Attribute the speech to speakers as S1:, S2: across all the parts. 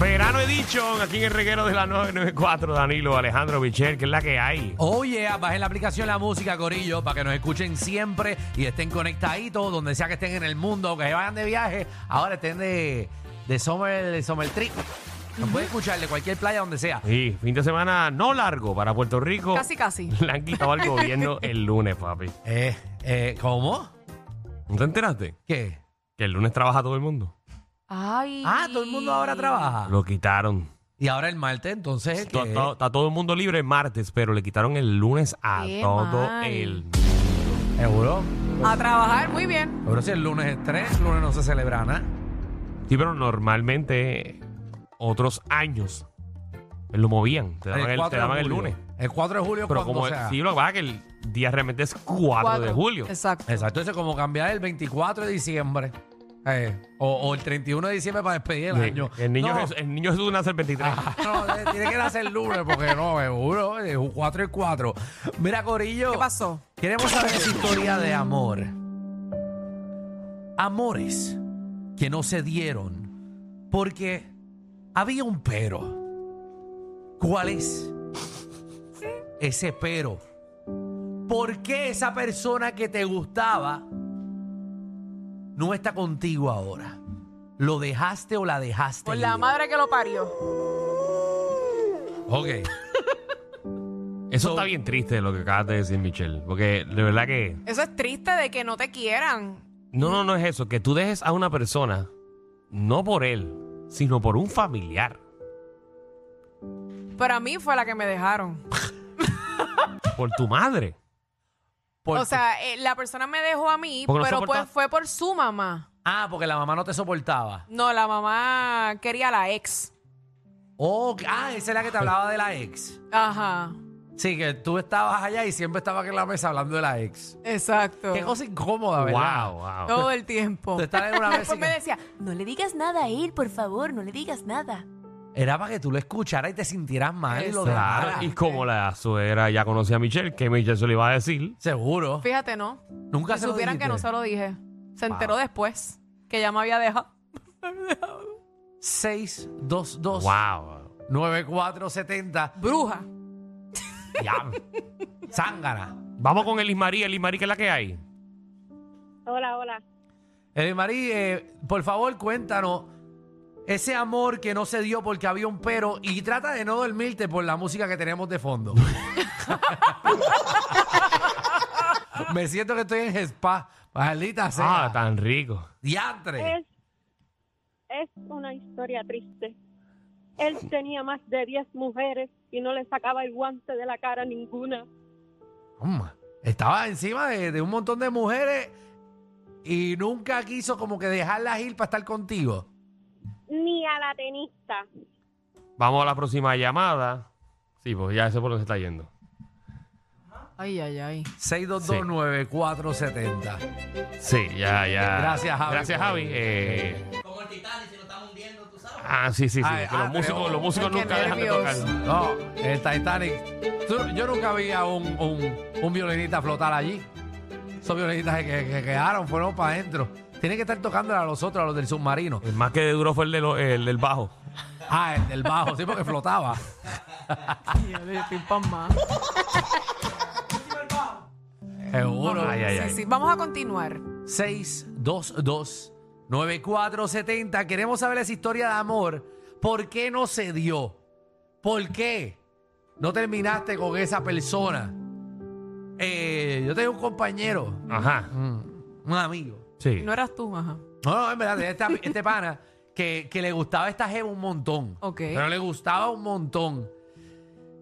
S1: Verano Edition, aquí en el reguero de la 994, Danilo Alejandro Michel, que es la que hay.
S2: Oye, bajen la aplicación La Música, Corillo, para que nos escuchen siempre y estén conectaditos, donde sea que estén en el mundo, que se vayan de viaje, ahora estén de, de, summer, de summer trip. Nos pueden escuchar de cualquier playa, donde sea.
S1: Y fin de semana no largo para Puerto Rico.
S3: Casi, casi.
S1: Le han quitado al gobierno el lunes, papi.
S2: Eh, eh, ¿Cómo?
S1: ¿No te enteraste?
S2: ¿Qué?
S1: Que el lunes trabaja todo el mundo.
S3: Ay.
S2: Ah, todo el mundo ahora trabaja.
S1: Lo quitaron.
S2: Y ahora Ah. el martes, entonces.
S1: To-
S2: ¿qué?
S1: to- Está todo el mundo libre el martes, pero le quitaron el lunes a
S3: Qué
S1: todo
S3: mal.
S1: el...
S2: Seguro.
S3: A trabajar, muy bien.
S2: Pero si el lunes es 3, el lunes no se celebra nada.
S1: Sí, pero normalmente otros años lo movían. Te daban el, te
S2: 4 de
S1: daban el
S2: julio.
S1: lunes.
S2: El 4 de julio es
S1: Pero
S2: cuando
S1: como
S2: sea.
S1: sí, lo que pasa es que el día realmente es 4, de
S3: Cuatro.
S1: julio.
S3: Exacto.
S2: Exacto, eso es como cambiar el 24 de diciembre eh, o, o el 31 de diciembre para despedir el
S1: Sí,
S2: año.
S1: El niño,
S2: no,
S1: Jesús, el niño Jesús nace el 23.
S2: Ah, no, eh, tiene que nacer el lunes porque no, seguro, es un 4 y 4. Mira, Corillo.
S3: ¿Qué pasó?
S2: Queremos saber esa historia de amor. Amores que no se dieron porque había un pero. ¿Cuál es? Ese pero. ¿Por qué esa persona que te gustaba no está contigo ahora? ¿Lo dejaste o la dejaste?
S3: Por la
S2: ir?
S3: madre que lo parió.
S2: Ok.
S1: Eso está bien triste lo que acabas de decir, Michelle. Porque de verdad que.
S3: Eso es triste de que no te quieran.
S1: No, no, no es eso. Que tú dejes a una persona, no por él, sino por un familiar.
S3: Pero a mí fue la que me dejaron.
S1: Por tu madre.
S2: Por-
S3: O sea, eh, la persona me dejó a mí,
S1: Porque no
S3: pero
S1: soportaba.
S3: pues fue por su mamá.
S2: ah, porque la mamá no te soportaba.
S3: No, la mamá quería a la ex.
S2: Oh, ah, esa es la que te hablaba de la ex.
S3: Ajá.
S2: Sí, que tú estabas allá y siempre estabas aquí en la mesa hablando de la ex.
S3: Exacto.
S2: Qué cosa incómoda, ¿verdad?
S1: Wow, wow.
S3: Todo el tiempo.
S2: Tú estabas en una mesa y
S3: Después me
S2: que-
S3: decía,
S4: No le digas nada a él, por favor, no le digas nada.
S2: Era para que tú lo escucharas y te sintieras mal y lo
S1: Claro,
S2: dejaras.
S1: y como la suegra ya conocía a Michelle, que Michelle se le iba a decir.
S2: Seguro.
S3: fíjate, ¿no?
S2: Nunca
S3: Que
S2: se lo
S3: supieran que no
S2: dijiste.
S3: se lo dije. Se enteró después que ya me había dejado.
S2: 622
S1: Wow.
S2: 9470
S3: Bruja.
S1: Ya.
S2: Zángara.
S1: Vamos con Elis María. Elis María, ¿qué es la que hay?
S5: Hola, hola.
S2: Eh, Marí, eh, por favor, cuéntanos ese amor que no se dio porque había un pero y trata de no dormirte por la música que tenemos de fondo. Me siento que estoy en spa. Maldita sea.
S1: Ah, tan rico.
S2: Diantre.
S5: Es, es una historia triste. Él tenía más de 10 mujeres y no le sacaba el guante de la cara a ninguna.
S2: Mm, Estaba encima de, de un montón de mujeres y nunca quiso como que dejarlas ir para estar contigo.
S5: Ni a la tenista.
S1: Vamos a la próxima llamada. Sí, pues ya sé por dónde se está yendo.
S3: Ay, ay, ay.
S2: 6229470.
S1: Sí, ya, ya.
S2: Gracias, Javi,
S1: Gracias,
S2: por-
S1: Javi. Eh... Como el Titanic, se lo está hundiendo, tú sabes. Ah, sí, sí, sí.
S2: Ay,
S1: que los
S2: ah,
S1: músicos,
S2: pero-
S1: los músicos
S3: Ay, qué
S1: nunca dejan de tocar.
S3: nervios.
S2: No, el Titanic. Tú- yo nunca vi a un, un- un violinista flotar allí. Esos violinistas que, que quedaron fueron para adentro. Tienen que estar tocando a los otros, a los del submarino.
S1: El más que de duro fue el, de lo- el del bajo.
S2: Ah, el del bajo, sí, porque flotaba. Seguro.
S1: Ay, ay,
S3: Sí,
S1: ay.
S3: sí. Vamos a continuar.
S2: 622-9470. Queremos saber esa historia de amor. ¿Por qué no se dio? ¿Por qué no terminaste con esa persona? Eh, yo tenía un compañero,
S1: Ajá.
S2: mm, un amigo.
S1: Sí.
S3: No eras tú, ajá.
S2: No, no, en verdad, este, este pana que, que le gustaba esta jeva un montón.
S3: Ok.
S2: Pero le gustaba un montón.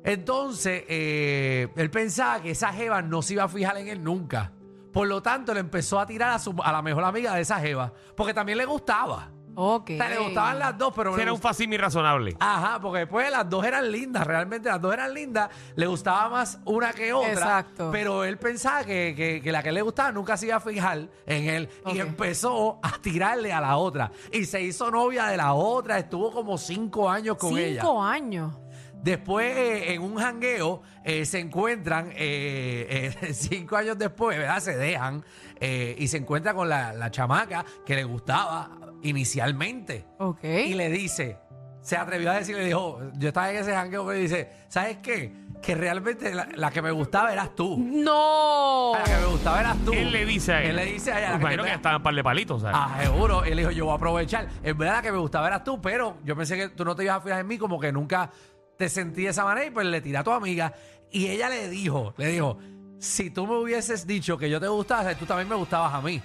S2: Entonces, eh, él pensaba que esa jeva no se iba a fijar en él nunca. Por lo tanto, le empezó a tirar a, su- a la mejor amiga de esa jeva. Porque también le gustaba.
S3: Ok.
S2: O sea, le gustaban las dos, pero...
S1: Ese
S2: le
S1: era un
S2: gust-
S1: facimi razonable.
S2: Ajá, porque después las dos eran lindas, realmente las dos eran lindas, le gustaba más una que otra.
S3: Exacto.
S2: Pero él pensaba que, que- que la que le gustaba nunca se iba a fijar en él y
S3: Ok.
S2: empezó a tirarle a la otra. Y se hizo novia de la otra, estuvo como cinco años con
S3: Cinco
S2: ella.
S3: años.
S2: Después, eh, en un jangueo, eh, se encuentran, eh, eh, cinco años después, ¿verdad? Se dejan eh, y se encuentra con la, la chamaca que le gustaba. inicialmente.
S3: Ok.
S2: Y le dice, se atrevió a decir, le dijo, yo estaba en ese jangueo, pero dice, ¿sabes qué? Que realmente la, la que me gustaba eras tú.
S3: ¡No!
S2: A La que me gustaba eras tú.
S1: Él le dice a él.
S2: Él le dice a ella, la
S1: Me
S2: que
S1: imagino
S2: me-
S1: que estaban par de palitos, ¿sabes?
S2: Ah, seguro. Él dijo, yo voy a aprovechar. En verdad, la que me gustaba eras tú, pero yo pensé que tú no te ibas a fijar en mí, como que nunca te sentí de esa manera y pues le tiré a tu amiga. Y ella le dijo, le dijo, si tú me hubieses dicho que yo te gustaba, tú también me gustabas a mí.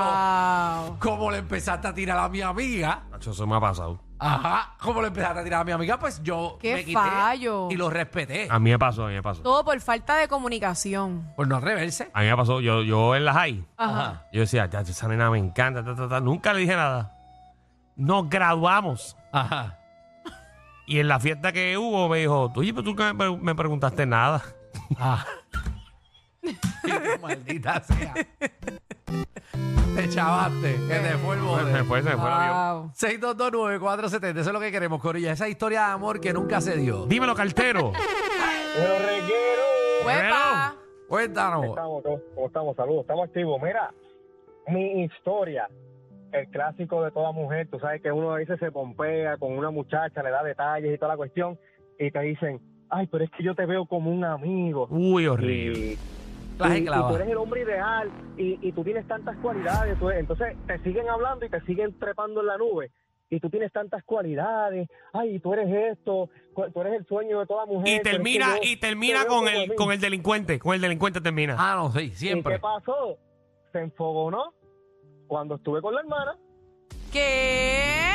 S3: ¡Wow!
S2: Como le empezaste a tirar a mi amiga,
S1: Nacho, eso me ha pasado.
S2: ajá, como le empezaste a tirar a mi amiga, pues yo
S3: ¡Qué
S2: me quité
S3: fallo!
S2: y lo respeté.
S6: Ah.
S1: A mí me pasó, a mí me pasó.
S3: Todo por falta de comunicación.
S2: Por no atreverse.
S1: A mí me pasó, yo, yo en la high,
S3: Ajá.
S1: yo decía, "Ya, esa nena me encanta, ta, ta, ta". nunca le dije nada. Nos graduamos.
S2: Ajá.
S1: Y en la fiesta que hubo me dijo, oye, pero tú nunca me, pre- me preguntaste nada.
S2: Ah. Maldita sea. Te chavaste, que te fue el
S1: Después
S2: bote.
S1: Pues se fue, se fue el avión.
S3: Wow.
S2: 6229470, eso es lo que queremos, Corilla. Esa historia de amor que nunca se dio.
S1: Dímelo, cartero.
S6: Pero reguero.
S3: ¡Huepa!
S2: Cuéntanos.
S6: ¿Cómo estamos? ¿Cómo estamos? Saludos, estamos activos. Mira, mi historia, el clásico de toda mujer, tú sabes que uno a veces se pompea con una muchacha, le da detalles y toda la cuestión, y te dicen, ay, pero es que yo te veo como un amigo.
S1: Uy, horrible.
S6: Y,
S2: Las
S6: y- y tú
S2: esclavas.
S6: eres el hombre ideal y, y tú tienes tantas cualidades. tú- entonces te siguen hablando y te siguen trepando en la nube. Y tú tienes tantas cualidades. Ay, tú eres esto. cu- Tú eres el sueño de toda mujer.
S1: Y
S6: pero es que
S1: termina,
S6: yo
S1: y
S6: te
S1: termina
S6: veo
S1: con
S6: como
S1: el,
S6: amigo".
S1: con el delincuente. Con el delincuente termina.
S2: Ah, no, sí,
S6: ¿Y
S2: siempre.
S6: qué pasó? Se enfogonó cuando estuve con la hermana.
S3: ¿Qué?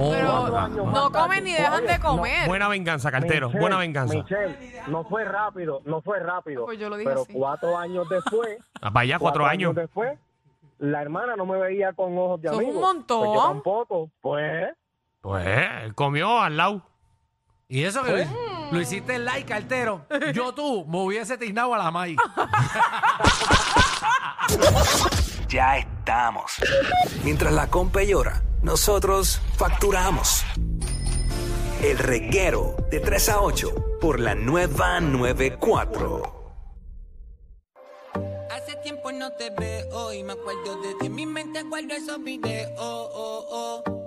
S2: Oh,
S3: Pero
S6: cuatro
S2: ah,
S6: años
S2: ah.
S6: más.
S3: no comen ni dejan de comer.
S1: Buena venganza, cartero.
S6: Michelle,
S1: Buena venganza.
S6: Michelle, no fue rápido, no fue rápido.
S3: Pues yo lo dije
S6: pero
S3: así.
S6: cuatro años después,
S1: Ah, Para allá, cuatro años.
S6: después, la hermana no me veía con ojos de
S3: Eso es
S6: amigo.
S3: un montón.
S6: Pues yo tampoco. Pues,
S1: Pues, él comió al lado.
S2: Y eso que
S6: ¿Eh?
S2: lo, lo hiciste en like, cartero. Yo tú me hubiese tiznado a la May.
S7: Ya estamos. Mientras la compa llora, nosotros facturamos. El reguero de 3 a 8 por la nueva 94.
S8: Hace tiempo no te veo y me acuerdo de ti. En mi mente guardo esos videos. Oh, oh, oh.